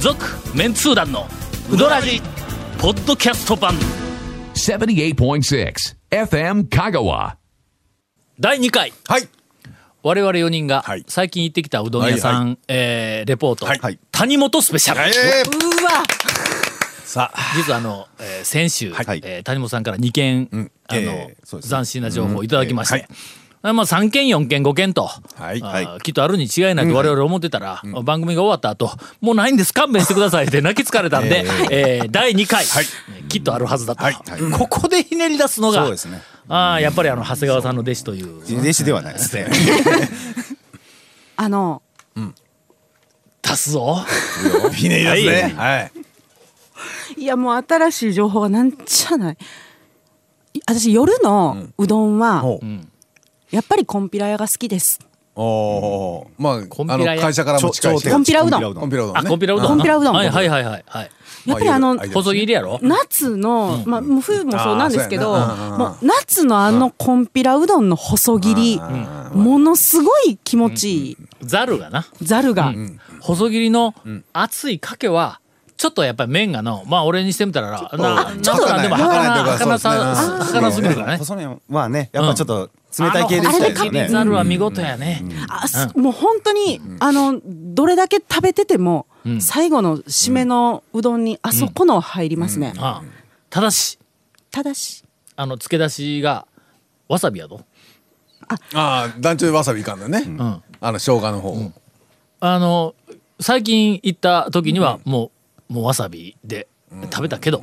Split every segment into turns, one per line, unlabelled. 続メンツー団のウドラジポッドキャスト版
78.6 FM Kagawa.
第2回
はい。
我々4人が
はい
最近行ってきたうどん屋さ
は
ん、えーレポート、
はいはい
谷本スペシャル、
えー
うわ
さあ、
実はあの、えー先週、
はい
えー谷本さんから2件、
ん
あの
えーそうですね
斬新な情報をいただきまして、
うんえ
あまあ、3件4件5件と、
い
あー
はい
きっとあるに違いないと我々思ってたら、番組が終わった後もうないんです勘弁してくださいって 泣き疲れたんで、えー第2回、
はい
きっとあるはずだと、
はいはい
ここでひねり出すのが
そうですね
あーやっぱりあの長谷川さんの弟子という。
弟子ではないですね。
あの、
出すぞ
ひねりですね。はい。
いやもう新しい情報がなんじゃない。い私夜のうどんは、
ほう
やっぱりコンピラ屋が好きです。
おーまあ、
コンピラ
あの
や
会社からも近いし。
コンピラうどん
コンピラうどんね。
あコンピラうどんな
コンピラうどん
はいはいはいはいはい
やっぱりあの
まあいろいろ
細切りやろ
夏の、まあ、もう冬もそうなんですけど、
あーそうやなうんうんうん
もう夏のあのコンピラうどんの細切り、ものすごい気持ちいい、
ざるがな
ざるが、
細切りの熱いかけはちょっとやっぱり麺がのまあ俺にしてみたらななちょっとなでも
はかない
儚儚さ
はか
儚すぎるからね
細麺はね、やっぱちょっと冷たい系で
あ
し
の
た
細
よ
切り
ね。
ざるは見事やね
あすもう本当に、あのどれだけ食べてても、最後の締めのうどんにあそこの入りますね、
ああただした
だし
あの漬け出しがわさびやぞ
ああ、団長でわさびいかんだよね。あの、生姜の方。
あの最近行った時にはもうもうわさびで食べたけど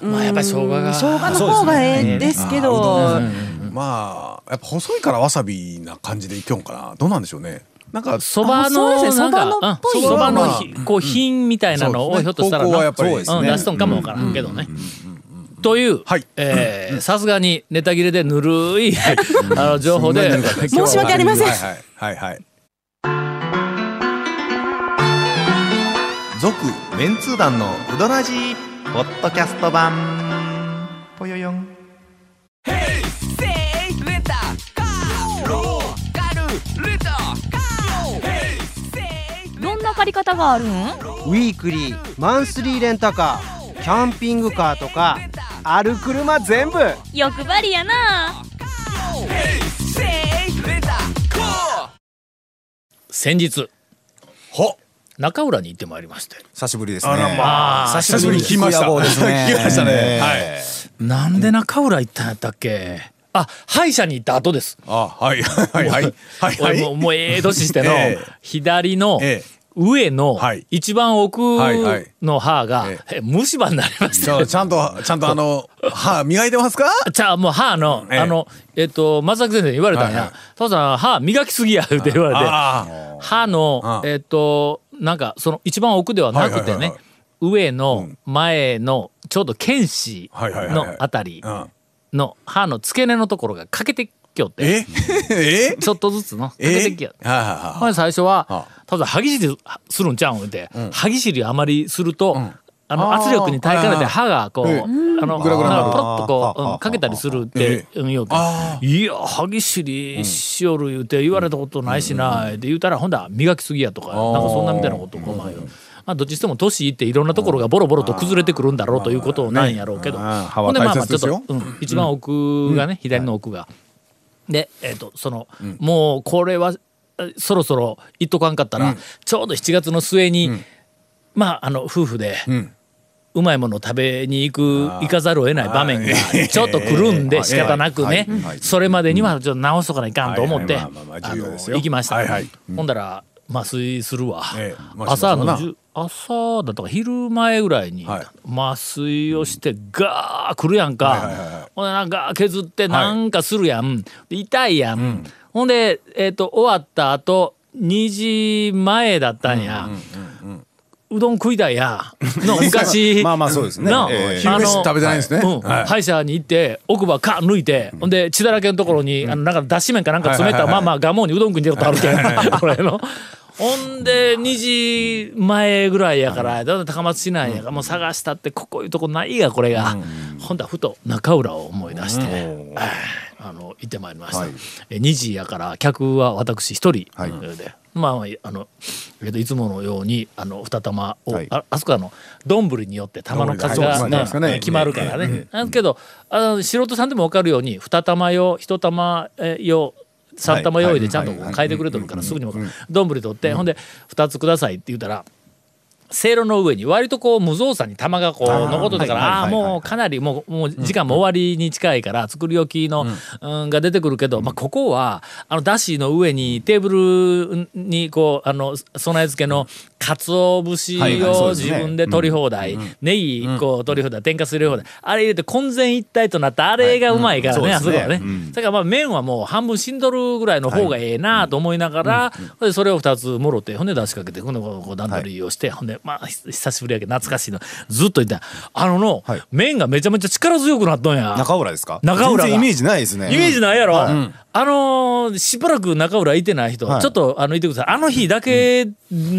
まあやっぱり生姜が
生姜の方がええですけど
まあ、やっぱ細いからわさびな感じでいきょんかな。どうなんでしょうね。なんか、
そば
そう
の、
ですね
なんか、
そばのっぽ
うん
い
そばの
まあ
ひ、こう、品みたいなの
そうです
を
ね
ひょっとしたら
方向は
な、
やっぱりそうですね
うん出しとんかもわからんけどね。という
はい、
えーさすがにネタ切れでぬるい、 あの、情報で、
すんごいぬるかったです
申し訳ありません
はいはい。はいはい。
続、メンツー団のうどなじ、ポッドキャスト版。ぽよよん。
どんな借り方があるん
ウィークリーマンスリーレンタカーキャンピングカーとかある車全部
欲張りやな
先日、
ほ
中浦に行ってまいりまして。
久しぶりですね。
あらまあ、久しぶりに聞きました。
野望ですね
聞きましたね。はい。
なんで中浦行ったんやったっけあ、歯医者に行った後です。
あ、はいはいはいはいは
俺
い。
もう、もうええ年しての
ええ、
左の
ええ、
上の
はい、
一番奥
はいはい
の歯が
え、
え虫歯になりました
じゃあちゃんと、ちゃんとあの、歯磨いてますか
じゃあもう歯の、
ええ
あの、えっと、松崎先生に言われたんや、
はいはい
父さん歯磨きすぎや、って言われて、
あ
歯の
あ、あ
えっと、なんか、その一番奥ではなくて
はいはい
ね
はい、
上の前の、ちょうど剣士
はいはいはいはい
のあたり
あ。うん。
の歯の付け根のところが欠けてきよって、
え え
ちょっとずつの、
え
欠けてきよ。
はいはいはい。
ほんで最初は
あ、
ただ歯ぎしりするんちゃうん言うて、歯ぎしりあまりすると、あの圧力に耐えかねて歯がこう、
ええ
あの、
ぐらぐらになる
ポロッとこう
ああ
うん、かけたりするって
え
言うんようけ
あ
いや、歯ぎしりしよる言うて言われたことないしな、って言うたら、ほんだら磨きすぎやとか、なんかそんなみたいなことこうまあ言うまあ、どっちにしても年いっていろんなところがボロボロと崩れてくるんだろうということなんやろうけど、
ああ歯
ほ
は
んでまあまあ
大切
ちょ
で
っ
すよ
と、うん一番奥がね、左の奥が。で、えっとその、もうこれはえそろそろ言っとかんかったら、ちょうど7月の末に、まああの夫婦で、うまいものを食べに行く行かざるを得ない場面がちょっとくるんで仕方なくね、それまでにはちょっと直しとかないかんと思って
はい
あ
はいまあまあまあ重要
の
ですよ
行きました、
はいはい
ほんだら麻酔するわ、
ええまあ
朝の
します
じ
わ
ゅ朝だとか昼前ぐらいに
はい
麻酔をしてガー来るやんか、ほんでなんか削ってなんかするやん、で痛いやん、ほんで、えー、と終わった後2時前だったんや、うどん食いたいやの 昔
まあまあそうですね
な
ええ
あ
昼飯食べてないんですね
うん
はい
歯医者に行って奥歯か抜いて、ほんで血だらけのところに、あのなんかだし麺かなんか詰めた、
はいはいはいはい
まあまあ我慢にうどん食いに出たことあるけ どこれの。ほんで2時前ぐらいやからだって高松市内やからもう探したってここいうとこないやこれが、ほんだらふと中浦を思い出して、あああの行ってまいりました、
はい
え2時やから客は私一人で、
はい
まあまああの、えっといつものようにあの二玉を、
はい
ああそこはあの丼によって玉の数
は
が、
いそう
ね
ですかね
決まるからね、なんですけどあの素人さんでも分かるように二玉用一玉えー用三玉用意でちゃんとこう変えてくれとるからすぐにも丼取って、ほんで2つくださいって言ったら。せいろの上に割とこう無造作に玉がこう残っとったから、ああーもうかなりもうもう時間も終わりに近いから作り置きの、うんが出てくるけど、まあ、ここはあのだしの上にテーブルにこうあの備え付けの鰹節
はいはいそ
を
うです
自
ね
分で取り放題、ネギこう取り放題天かす入れ放題あれ入れて混然一体となったあれがうまいからね、
はいうん
あそこはね、
そ
だ
う
からまあ麺はもう半分しんどるぐらいの方がええなと思いながら、ほんでそれを2つもろてほんで出しかけてほんでこう段取りをして、ほんでまあひ久しぶりやけど懐かしいのずっと言ったあのの、
はい
麺がめちゃめちゃ力強くなったんや。
中浦ですか
中浦が
全然イメージないですね
イメージないやろ、
はい
あのーしばらく中浦いてない人、
はい
ちょっとあのいてくださいあの日だけ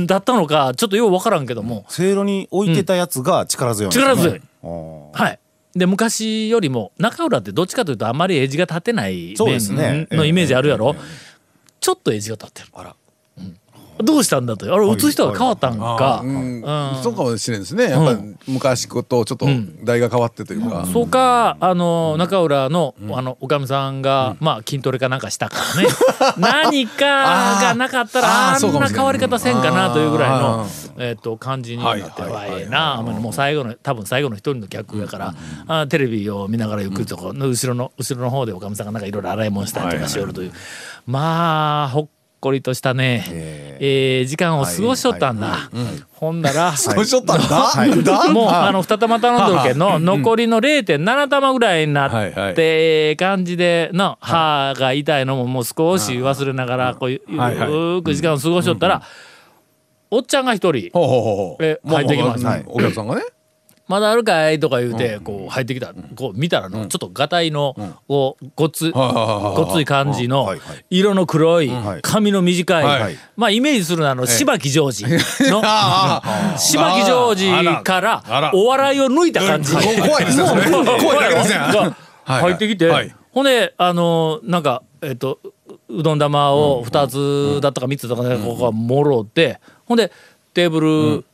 だったのかちょっとようわからんけども、
せいろに置いてたやつが力強いんですね、
力強い
あー
はいで昔よりも中浦ってどっちかというとあんまりエッジが立てない
そうです
麺
ね
の
ええ
イメージあるやろ、ちょっとエッジが立ってるあら、うんどうしたんだとあれ打つ人が変わったんか、
うん
うん
そうかもしれんですねやっぱり昔ことちょっと代が変わってというか、
そうか、あの、中浦の、あの、おかみさんが、まあ、筋トレかなんかしたからね。何かがなかったら、
あー
あ
あーそ
ん
うかも
な
しれん
変わり方せんかなというぐらいの
あ、
えっと、感じになって、
はい
わ
はいはい
ええな、もう最後の、多分最後の一人の客やから、あテレビを見ながらゆっくりとこう、後ろの、後ろの方でおかみさんがなんかいろいろ洗い物したりとかしよるという。まあ、ほっこりとしたね、えー時間を過ごしとったんだ。ほんなら、
どうしよったんだ、だ
もうあの2玉頼んどるけど残りの0.7玉ぐらいに
は
ない
は
っ
い
て感じでな歯が痛いのももう少し忘れながらこうゆゆ
はいはい
ーく時間を過ごしとったらおっちゃんが一人
ほうほうほうほう
え
まあ
入ってきます
まあお客さんがね
「まだあるかい?」とか言うてこう入ってきたこう見たらのちょっとがたいのこうごっつ
はいはいはいはい
ごっつい感じの
はいはい
色の黒い
はい
髪の短
はいい
まあイメージするのはあの柴木ジョージの
ああああ
柴木ジョージからお笑いを抜いた感じ。
怖いですねそれ
もう
声だけですね
が
はい
入ってきて、
はい
ほんであのなんかえっとううどん玉を2つだったか3つだったかねここがもろてほんでテーブル、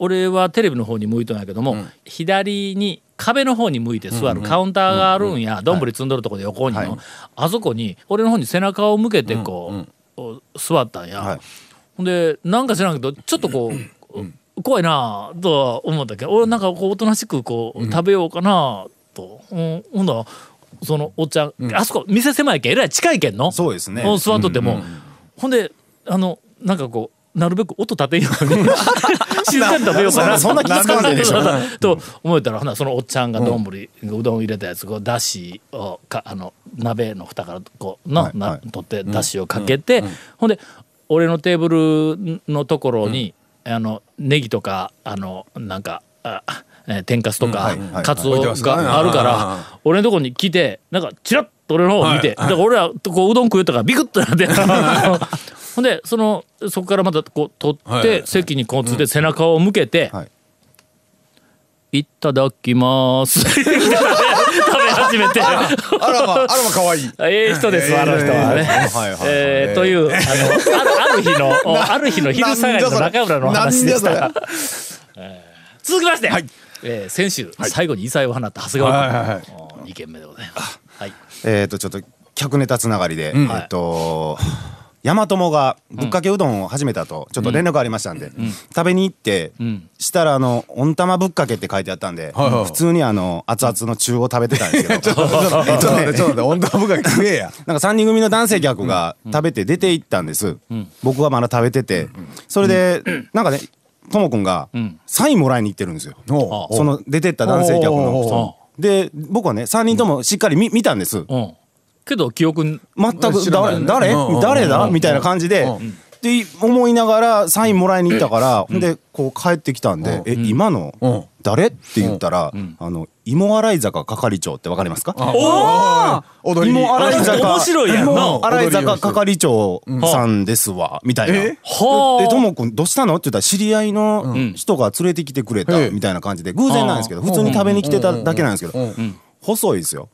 俺はテレビの方に向いとんやけども、左に壁の方に向いて座るカウンターがあるんや丼、ん積んどるとこで横にの、あそこに俺の方に背中を向けてこう、お座ったんや。
はい
ほんでなんか知らんけどちょっとこう、怖いなあとは思ったけど俺なんかこうおとなしくこう食べようかなあと、うん、ほんだらそのおっちゃん、あそこ店狭いけんえらい近いけんの
そうですね
ん座っとっても、ほんであのなんかこうなるべく音立てんように 静かに食べようかな
そんなそんな気遣わな いでしょ
と思えたらほなそのおっちゃんが丼、うどんを入れたやつこうだしをかあの鍋の蓋からこうの、
はい
な
はい
取ってだしをかけて、ほんで俺のテーブルのところに、あのネギとかあのなんかあえー天かすとか、
うんはいはい
カツオ
置いてますからね
があるから、
あ
俺のとこに来てなんかチラッと俺の方を見て、だから俺らとこううどん食うとからビクッとなって。ほんでそのそこからまたこう取って、
はいはいはい
席にこうついて背中を向けて、
はい
いただきます。食べ始めて。
あらまあらま可愛い
ええ人ですわ、あの人はね。
はいはいはい
えーという、あの、あるある 日の、おある日の昼下がりの中村の話でし
な
た
ん。
続きまして、
はい
えー先週、最後に異彩を放った長谷
はいはいは
川
い
君、お二件目でございます。はい。
えっ、とちょっと客ネタつながりで、えっ、と山友がぶっかけうどんを始めたとちょっと連絡がありましたんで、食べに行って、
ん
したらあの温玉ぶっかけって書いてあったんで、
はいはい
普通にあの熱々の中を食べてたんですけど えっ
ちょ
と
っと
ね
待ってちょっと待って温度部が食えや
なんか3人組の男性客が食べて出て行ったんです、僕はまだ食べてて、それで、なんかねともくんが
ん
サインもらいに行ってるんですよ、
お
その出てった男性客の
おうおうおう
人で僕はね3人ともしっかり見見たんです、
うん。けど、記憶に、
全く
知らない
誰誰
ねうん
誰だ
うん
みたいな感じで。って思いながらサインもらいに行ったから、ほんでこう帰ってきたんで「え今
うん
の誰?」って言ったら「あの芋洗坂係長」ってわかりますか
おお踊り
芋洗坂
面白いやんな
芋洗坂係長さんですわ、みたいな。
え
はあ
えともくんどうしたのって言ったら知り合いの人が連れてきてくれた
へえ
みたいな感じで偶然なんですけど普通に食べに来てただけなんですけど細いですよ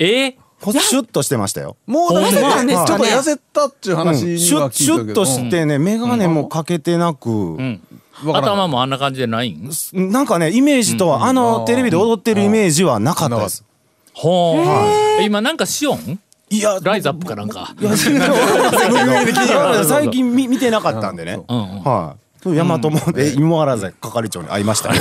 え
ほシュッとしてましたよ
もうだっ
痩せ
て
たんです
ちょ
か
っと
ね
痩せたってい
う
う
ん
話に
シュッ
は聞い
シ
た
ュ
け
ッ
ど、
としてね眼鏡もかけてなく
うん、
わからん
頭もあんな感じでないん
なんかねイメージとはあのテレビで踊ってるイメージはなかったです
ほう、はい今なんかしよん
いや
ライズアップかなんか
いや知らない今まで 最近見見てなかったんでね
うんうん
はい大和もで芋原崎係長に会いましたね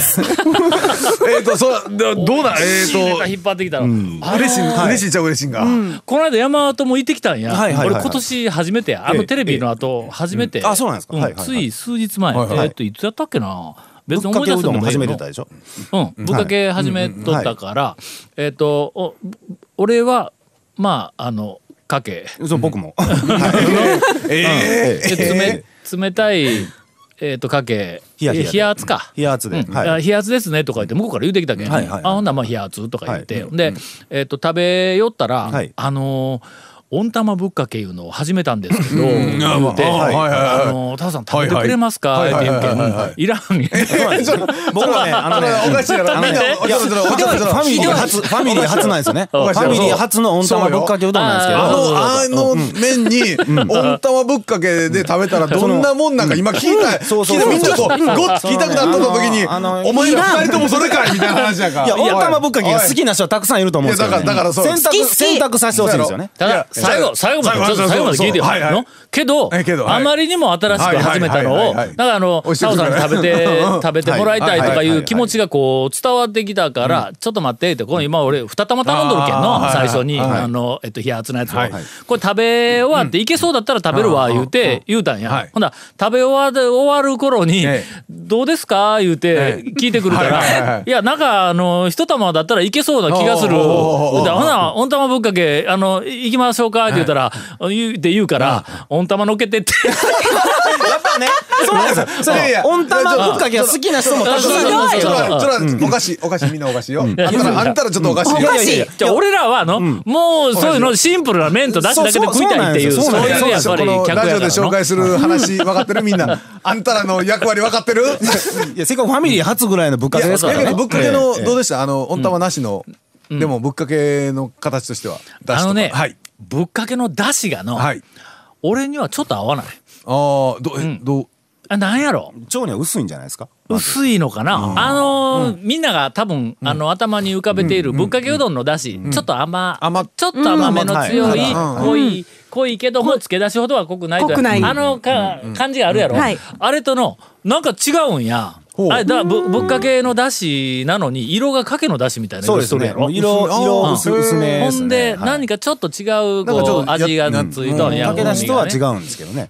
えっとそうだどうだえっ、
新ネタ
ー、
引っ張ってきたら、
と嬉しい嬉しいちゃ嬉しいんが、
この間山本も行ってきたんや、
はいはいはいはい
俺今年初めてあのテレビの後初めて、
あそうなんですかはいはいはい
つい数日前、
はいはい
えっといつやったっけな
ぶ
別に
っか
思い
け
出
う
せん
どん
で
も
もええ
初め
の
てたでしょ
うん、ぶっかけ始めとったから、えっ、とお俺はまああのかけ
そう僕も
で冷冷たい、えっとかけ
冷や冷やで
冷圧か。
冷圧で
うん
はい
あ冷圧ですねとか言って向こうから言うてきたけん、
はいはいはい
あほんならまあ冷圧とか言って、
は
で、えっと食べよったら、
はい
あのー温玉ぶっかけいうのを始めたんですけど、言うて、
あはいはいはい
あのータオさん食べてくれますか、
はいはい
って言うけん、
はいはいはいはい
いらん。
僕はねあのね
おかしいやろ
あのね
みんなお
いや
ちょっとちょっ
フ
とちょっと
ァミリー初ファミリー初なんですよねフ
おか
しいや
ァ
ろ
ミリー初の温玉ぶっかけうどんなんですけ
そう
ど
よ
あ
ー
の、あの麺に、温玉ぶっかけで食べたらどんなもんなんか今聞いた、
そうそ
聞
う
い
そ
た
う
みんなとごっつ聞いたくなった時に、
あのあの
お前ら二人ともそれかいみたいな話やから。
いや、温玉ぶっかけが好
い
きな人はたくさんいると思うんですけど、ね。
いやだからだからそう
選
好
択、
き好き
選択させてほしいんですよね。
た
い
だ
や
最後最後まで
最後
ちょっと最後まで
そうそう
聞いてよ、
はいはい
のけど
えけどはい
あまりにも新しく始めた
はいはい
の
は
を
いはい
だ
はい
からあの
押して
タオ
くる
さ
か
んに
ら
食べて食べてもらいたいとか
はい
い
は
う
い
気持ちがこう伝わってきたからちょっと待ってってこの今俺二玉頼んどるけん
あーは
の
い
最初に
はいはい
あのえっと冷圧のやつを
はい
これ食べ終わっていけそうだったら食べるわ
うん
言うて言うたん
は
や
い
ほんなら食べ終わる終わる頃に
ええ
どうですか言うて
ええ
聞いてくるか
はいはいは
ら
い
いやなんかあの一玉だったらいけそうな気がするで
おーおーおーおー
ほなあ温玉ぶっかけ、あの、い行きましょうかって言ったら、言うって言うから、温玉乗っけてって。
やっぱね、そうなんですよ。そ
いやいや
の温玉ぶっかけが好きな人もたく
ちょ
さんいる。
っとちょっとちょっとおかしいおかしいみんなおかしいよ。あんたらあんたらちょっとおかしいよ。
おかしい
じゃあ俺らは、あの、もうそういうのシンプルな麺と出汁だけで食いたいっていう、
そう
そ
そううなん
い
で
う
す
やっぱり
この
客や
ラ
か
ジ
らの。
オで紹介する話分かってるみんな。あんたらの役割分かってる？
いや、せっかくファミリー初ぐらいのぶっか
い
け
や、
ですか
だけ
ら
ど
ね。
ぶっかけの
ええ
どうでしたあの温玉なしの、でもぶっかけの形としては出汁とか
あのね、
はい
ぶっかけの出汁がの、
はい
俺にはちょっと合わない。
ああどう、えどう
あなんやろ
腸には薄いんじゃないですか。
薄いのかな、あのーみんなが多分、あの頭に浮かべているぶっかけうどんのだし、ちょっと甘,、
甘
ちょっと甘めの強い、
うん
甘
濃い濃いけどもつけ出しほどは濃くないと
濃くない
あのか、感じがあるやろ、
はい
あれとのなんか違うんや。
ほう
あれだぶぶっかけのだしなのに色がかけのだしみたいな
そう
色
で
し
す
とる
ね
や。ろ。
色、色薄
うん
薄めで
ほ
す
ん
ね。
で
はい
何かちょっと違う
なんかちょ
こ
っ
う
とや
味がついとんや
かけ出しとは違
う
うんですけどね。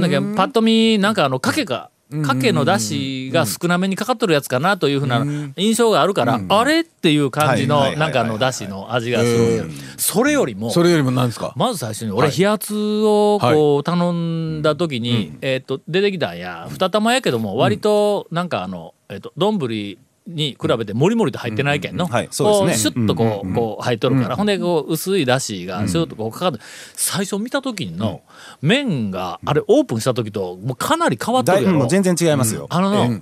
だけどパッと見なんかあのかけがかけのだしが少なめにかかっとるやつかなというふうな印象があるからあれっていう感じ
はい
の
はい
なんかあのだしの味がするんやそれよりも
それよりも何ですか
まず最初に俺冷圧をこう頼んだ時にえっと出てきたんや二玉やけども割となんかあのえっと丼に比べてもりもりと入ってないけんの、
うんはいそう
こう
で
シ
す
ュ
ね
ッとこう,、こう入っとるから、ほんでこう薄いだしがシュッとこうかかって、最初見た時の麺があれオープンした時ともうかなり変わっと
だい
るや
ぶも
ろ
う全然違いますよ。
あのの、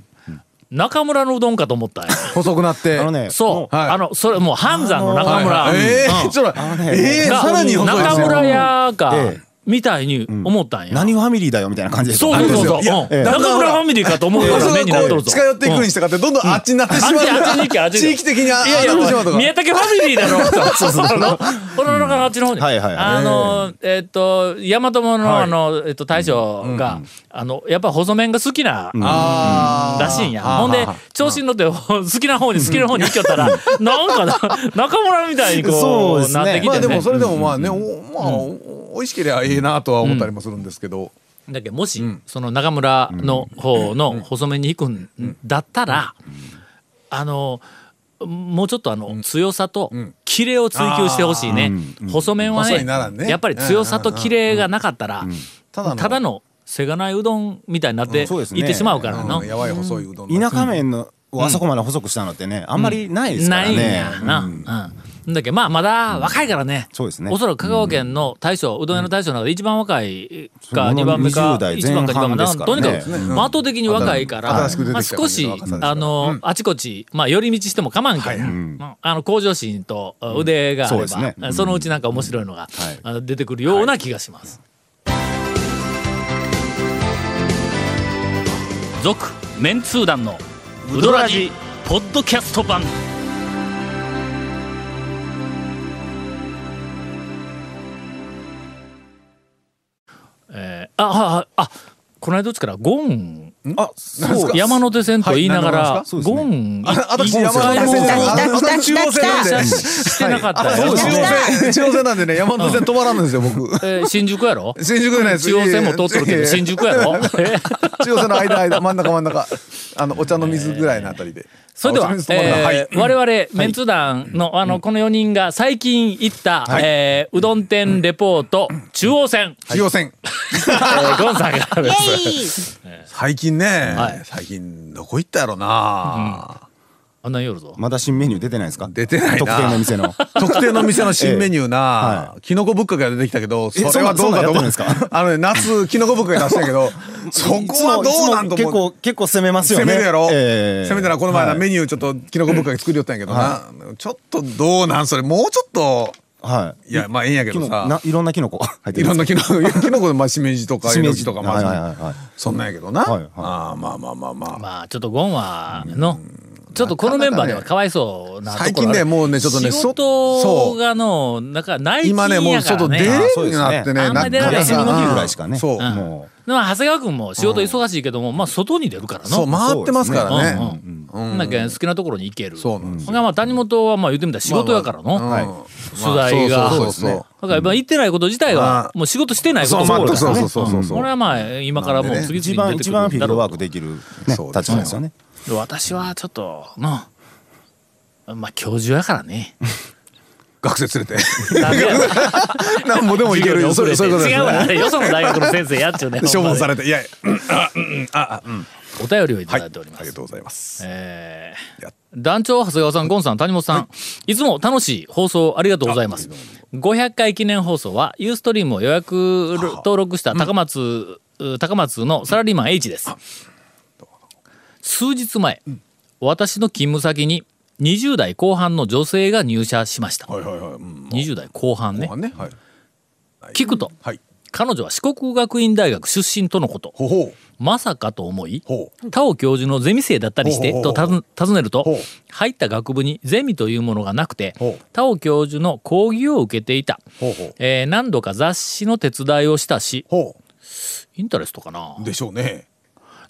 中村のうどんかと思ったんや
細くなって
あのね、
そう、
はい
あのそれもう半山の中
はい
村、
はいえーちょっと
あの
え
ね、
ー
が
さらに細いです
中
よ
村屋か
ええ
みたたいに思ったんや、
何ファミリーだよみたいな感じで
そうそうそうそう、
いや
うん
ええ
中村ファミリーかと思うよう
そ
な麺
れ
になっとるぞ
近寄っていくにしたかってどんどんあっちになっ
あ
て
っ
し
ち
まう、
あっちに行けあっちに行
地
け
域的にあ
いやいや
あなってしまうとか
宮武ファミリーだろそうそうそうこの中のあっちの方に、
はいはい
あのえっと大和物のあの、えっと大将が、あのやっぱ細麺が好きな、
あー
らしいんや
あー
ほんで調子に乗って 好きな方に好きな方に行きよったらなんかな中村みたいに
そう
こ
で
う
すね
なってき
まあ
て
で
ね
もそれでもまあね、おまあお美味しければええなとは思ったりもするんですけど、
だけどもし、その中村の方の細めに行くんだったら、あのもうちょっとあの、強さとキレを追求してほしいね、細麺は
細
ね,、
いならね
やっぱり強さとキレがなかったら、
ただの
ただのせがないうどんみたいになって
うんそうです
い
ね
ってしまうからの、
うんやばい細いうどんの
田舎麺のをあそこまで細くしたのってね、あんまりないですか
な
ら
いんや
ね。
な、うんだけどまあまだ若いからね、
そうですね
おそらく香川県の大将、うどん屋の大将の中で一番若いか
うん
2番目か
20代
1番か2番目
前半ですからね
とにかくまあ圧倒的に若いから、
新しく出
まあ、
てきた
少
感じ
し
の若さですから
あの、あちこち、まあ、寄り道しても構わんけど、まあ、あの向上心と腕があれば、
うんそうですね
そのうちなんか面白いのが、
う
あ出てくるような気がします。続、メンツー団のウドラジポッドキャスト版えー、ああああこの間どっちからゴン
あ、そう
山手線と言いながら、
はい
何
ゴ
の
ン
あ私
一
山
回
手
も
線
発
あの中央線なんで。
車してなかった
あ、そ
よ
う、中央線、中央線なんでね、山手線止まらんのですよ、僕。
えー新宿やろ
新宿じゃないです
中央線も通っとるけど
いやいや
新宿や ろえ
中央線の間、間、真ん中、真ん中。あの、お茶の水ぐらいのあたりで。
それでは、
あお茶の水止まらないはい
えー我々メンツ団のあのこの4人が最近行った、えーうどん店レポート中央線、
中央線。
えーゴンさんが
イエイ
最近
はい
ね、最近、どこ行ったやろな
あんなん夜ぞ
まだ新メニュー出てないですか
出てないな
特定の店の
特定の店の新メニュー
ええ
な
は、
キノコぶっかけが出てきたけど、
え
それはど
そ
うん
な
かと思
そんなんやってるんですか
あのね、夏、キノコぶっかけ出したんやけ ど、そこはどうなんと
いつもいつも結
思う。
構結構攻めますよね
攻めるやろ、
ええ
攻めたらこの前な、
はい
メニューちょっときのこぶっかけ作りよったんやけどな、ちょっとどうなんそれもうちょっと
はい
いやまあええんやけ
キ
ど
ノコ
さ
ないろんなキノコ入って
い
る
ろん
んで
なき のこきのこまあしめじとか
し
え
め
の
じ
きとかまあ、
はいはいはい
そんなんやけどな、
はいはい
ああまあまあまあまあ、
まあちょっとゴンはのちょっとこのメンバーではかわいそうなところある
最近ねもうねちょっとね
仕
そ
事がのなんかない
今ねもう外出
で
れん
ああ
よう
そう
に
ですね
なってね
あんまり出られへん
夏
休みの
日ぐらいしかね
そ
う
う、
ん
も
も長谷川君も仕事忙しいけども、まあ外に出るからの
そう回ってますからね
うんうんなんか好きなところに行ける
そうなんですよ
がまあ谷本はまあ言ってみたら仕事やからの、
はい
取材が
そうそうそうそう
だからまあ行ってないこと自体
う
は
ん
もう仕事してないこと
そう
もあるから、ね、
そうそうそうそうそう
これはまあ今からもう
う
次
一
々
番
に出てく
一
る
番フ
ん
ィー
だ
ルド
ろ
ワ
う
ークできるね
そうです
立場ですよね
と私はちょっとなまあ教授やから ね
学生連れ て
なんでやろ
なんぼでもいけ
授業
る
に遅
そう
れ
い
て
うそういうことです
違うわあ
ね
れよその大学の先生やっちゅうね ほ
消
んま
防
に
されていやいや
お便りをいただいておりま
あ
す、
りがとうございます
えー
や
団長長谷川さんゴンさん谷本さん、い、つも楽しい放送ありがとうございます500回記念放送はユーストリームを予約登録した高松、高松のサラリーマン H です数日前、私の勤務先に20代後半の女性が入社しました、
はいはいはいうん
20代後半ね
後半ねはい
聞くと
はい
彼女は四国学院大学出身とのこと
ほほう
まさかと思い
ほう
田尾教授のゼミ生だったりして
ほうほ
と
うほ
たず
う
尋ねると
ほう
入った学部にゼミというものがなくて
ほう
田尾教授の講義を受けていた、
ほうほう
えー何度か雑誌の手伝いをしたし
ほ
インタレストかな
うでしょうね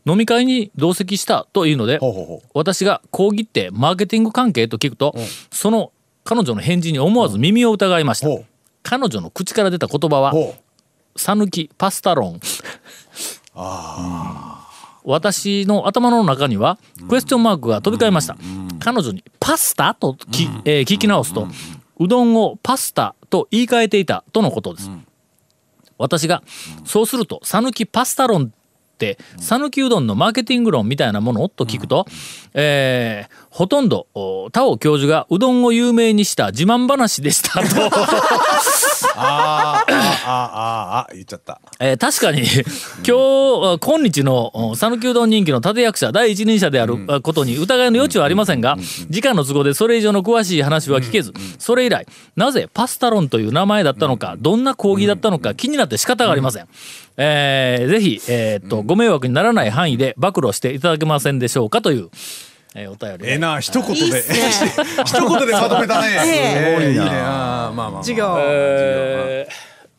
飲み会に同席したというので
ほうほうほう
私が講義ってマーケティング関係と聞くとその彼女の返事に思わず耳を疑いました
ほう
彼女の口から出た言葉は
ほ
さぬきパスタロン私の頭の中にはクエスチョンマークが飛び交いました、彼女に「パスタ?」とき、えー聞き直すと、うどんをパスタと言い換えていたとのことです、私がそうすると「さぬきパスタ論」って讃岐うどんのマーケティング論みたいなものと聞くと、えーほとんどお田尾教授がうどんを有名にした自慢話でしたと。
うあーあーあーあーあー言っちゃった
えー確かに今日今日のうん讃岐うどん人気の立役者第一人者であるあことに疑いの余地はありませんが時間の都合でそれ以上の詳しい話は聞けずそれ以来なぜパスタロンという名前だったのかどんな講義だったのか気になって仕方がありません。えーぜひ、えーっとご迷惑にならない範囲で暴露していただけませんでしょうかという、えーお便りを。
ええな一言で
いいっすね
一言でまとめたね
ええ
すごいねあーまあまあまあ
授業
えー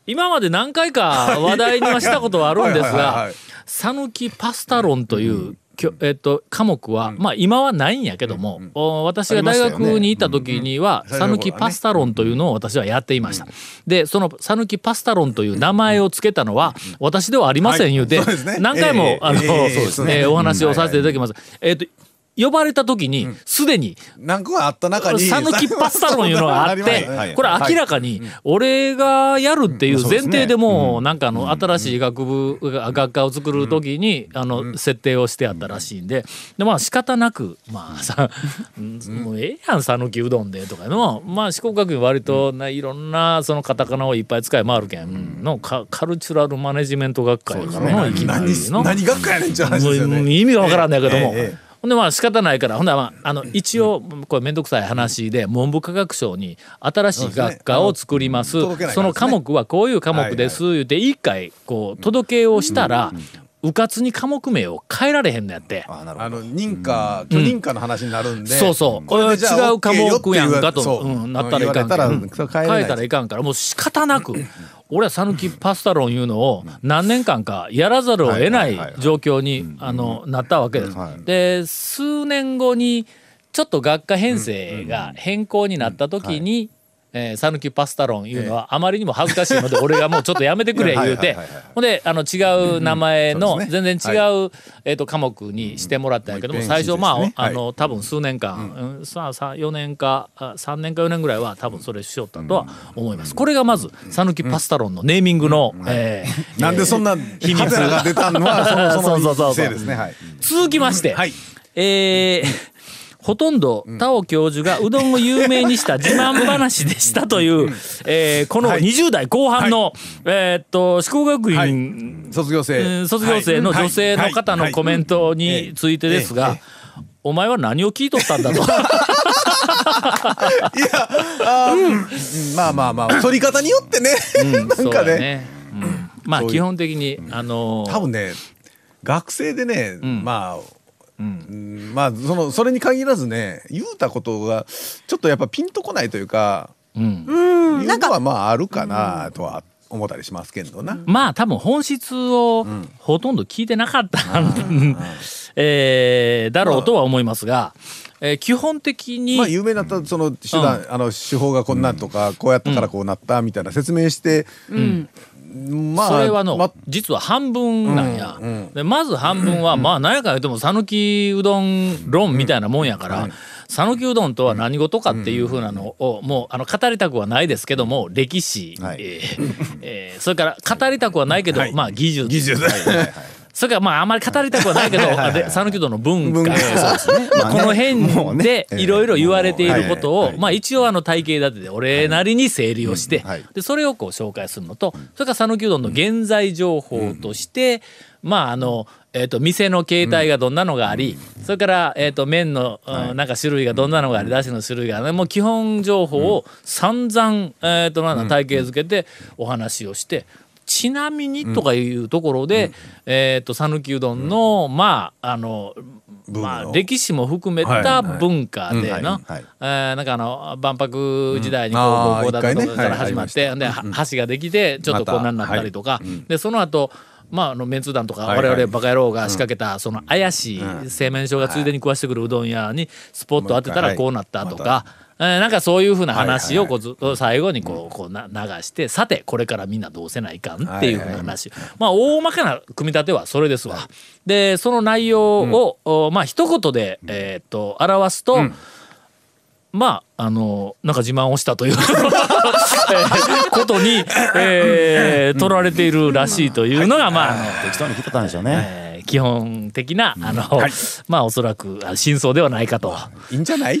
今まで何回か話題にはしたことはあるんです
はいはいはい
が
はい
「讃岐パスタ論」という、きょえっと科目は、まあ今はないんやけども、お私が大
ありました
学
よね
にいた時には「
うんうん
讃岐、パスタ論」というのを私はやっていました。でその「讃岐パスタ論」という名前を付けたのは私ではありません言うて、
はいそうですね
何回も、
ええ
あの、
ええええそうですね
えーお話をさせていただきます。えっと呼ばれた時にすでに
なんかはあ った中に
讃岐パスタロンいうのがあっ
そうなり
て
ますね
はい
これ明らかに俺がやるっていう前提でもうなんかあの新しい学部が学科を作る時にあの設定をしてあったらしいんででまあ仕方なくまあさ もうええやん讃岐うどんでとかのまあ四国学院割とないろんなそのカタカナをいっぱい使い回るけんのカカルチュラルマネジメント学会ののいきなりの
何何学科やねんっていう話ですよ
もう
ね
意味がわからんねんけども。
ええええ
ほんでまあ仕方ないからほんならまああの一応これ面倒くさい話で文部科学省に新しい学科を作ります
そうですねあの
その科目はこういう科目です言うて一回こう届けをしたらうかつに科目名を変えられへんのやって。
あなるほ
あ
ど
の認可許認可の話になるんで、
そうそう
これでじゃあ
違う科目やんかと
OK よって言わそう
うんなったらいかんけど
言われたら変
変
え
え
れな
た
い
らいかんからもう仕方なく俺は讃岐パスタロンいうのを何年間かやらざるを得ない状況にあのなったわけです。で数年後にちょっと学科編成が変更になった時にえー讃岐パスタロンいうのはあまりにも恥ずかしいので俺がもうちょっとやめてくれ言う
は
て
いはいはいはい
ほんであの違う名前の
そうです
全
ね
然違うえーと科目にしてもらったんやけども
もう一
最
遍
初ま
一日ですね
ああの多分数年間、うんさあさ4年かあ3年か4年ぐらいは多分それしよったとは思います、これがまず讃岐パスタロンのネーミングの、えー
なんでそんな秘密が出たのはそのその
そうそうそう
せいですね。はい。
続きまして、
はい
えーほとんど田尾教授がうどんを有名に した自慢話でしたという、えーこの
はい
20代後半の、えーっと志向学院、
卒業
え
生
ー卒業生の女性の方のコメン
ト
トについてです
はい
が、お前は何を聞いとったんだと。
いやあーうんまあまあま あ取り方によってね なん
そう
か
だ
ね
ね。うんまあ
そういう
基本的にあのー
多分ね学生でねまあうんまあそのそれに限らずね言うたことがちょっとやっぱピンとこないというか言うのはまああるかなとは思ったりしますけどな。
まあ多分本質をほとんど聞いてなかった、 えーだろうとは思いますが、えー基本的に、
まあ有名になったその手段、あの手法がこんなんとか、こうやったからこうなったみたいな説明して、まあ
それはの、
ま
実は半分なんや、でまず半分は、まあ何やかん言うても讃岐うどん論みたいなもんやから讃岐、うどんとは何事かっていうふうなのを、もうあの語りたくはないですけども歴史、
はい
えーえーそれから語りたくはないけど、まあ技術
技術、
それからまああんまり語りたくはないけどあで讃岐うどんの文化
文化
そうですねまあこの辺でいろいろ言われていることを、まあ、一応あの体系立てで俺なりに整理をして、
はい
でそれをこう紹介するのとそれから讃岐うどんの現在情報として、まああの、えー、と店の形態がどんなのがあり、それから、えー、と麺の、うんなんか種類がどんなのがありだしの種類がありもう基本情報を散々、えー、となんだ体系づけてお話をして。ちなみにとかいうところで、えっ、と讃岐うどんの、まああのまあ
文化を
歴史も含めた文化でな、
はいはい
えーなんかあの万博時代にこう
うんあー
高校だったとこ
一回ね
から
はい
始まって、では橋ができてちょっとこん
また
なんなったりとか、でその後まあ、あのメンツ団とか我々バカ野郎が仕掛けたその怪しい製麺所がついでに食わしてくるうどん屋にスポット当てたらこうなったとか、えーなんかそういうふうな話をこうずっと最後にこうこうな流してさてこれからみんなどうせないかんっていうふうな話、まあ大まかな組み立てはそれですわ。でその内容を、おまあ一言で、えーっと表すと、まああのなんか自慢をしたという えーことに、えー取られているらしいというのが、まああの
適当に聞いとったんでしょうね
えー基本的なあの、まあおそらくあ真相ではないかと。
いいんじゃない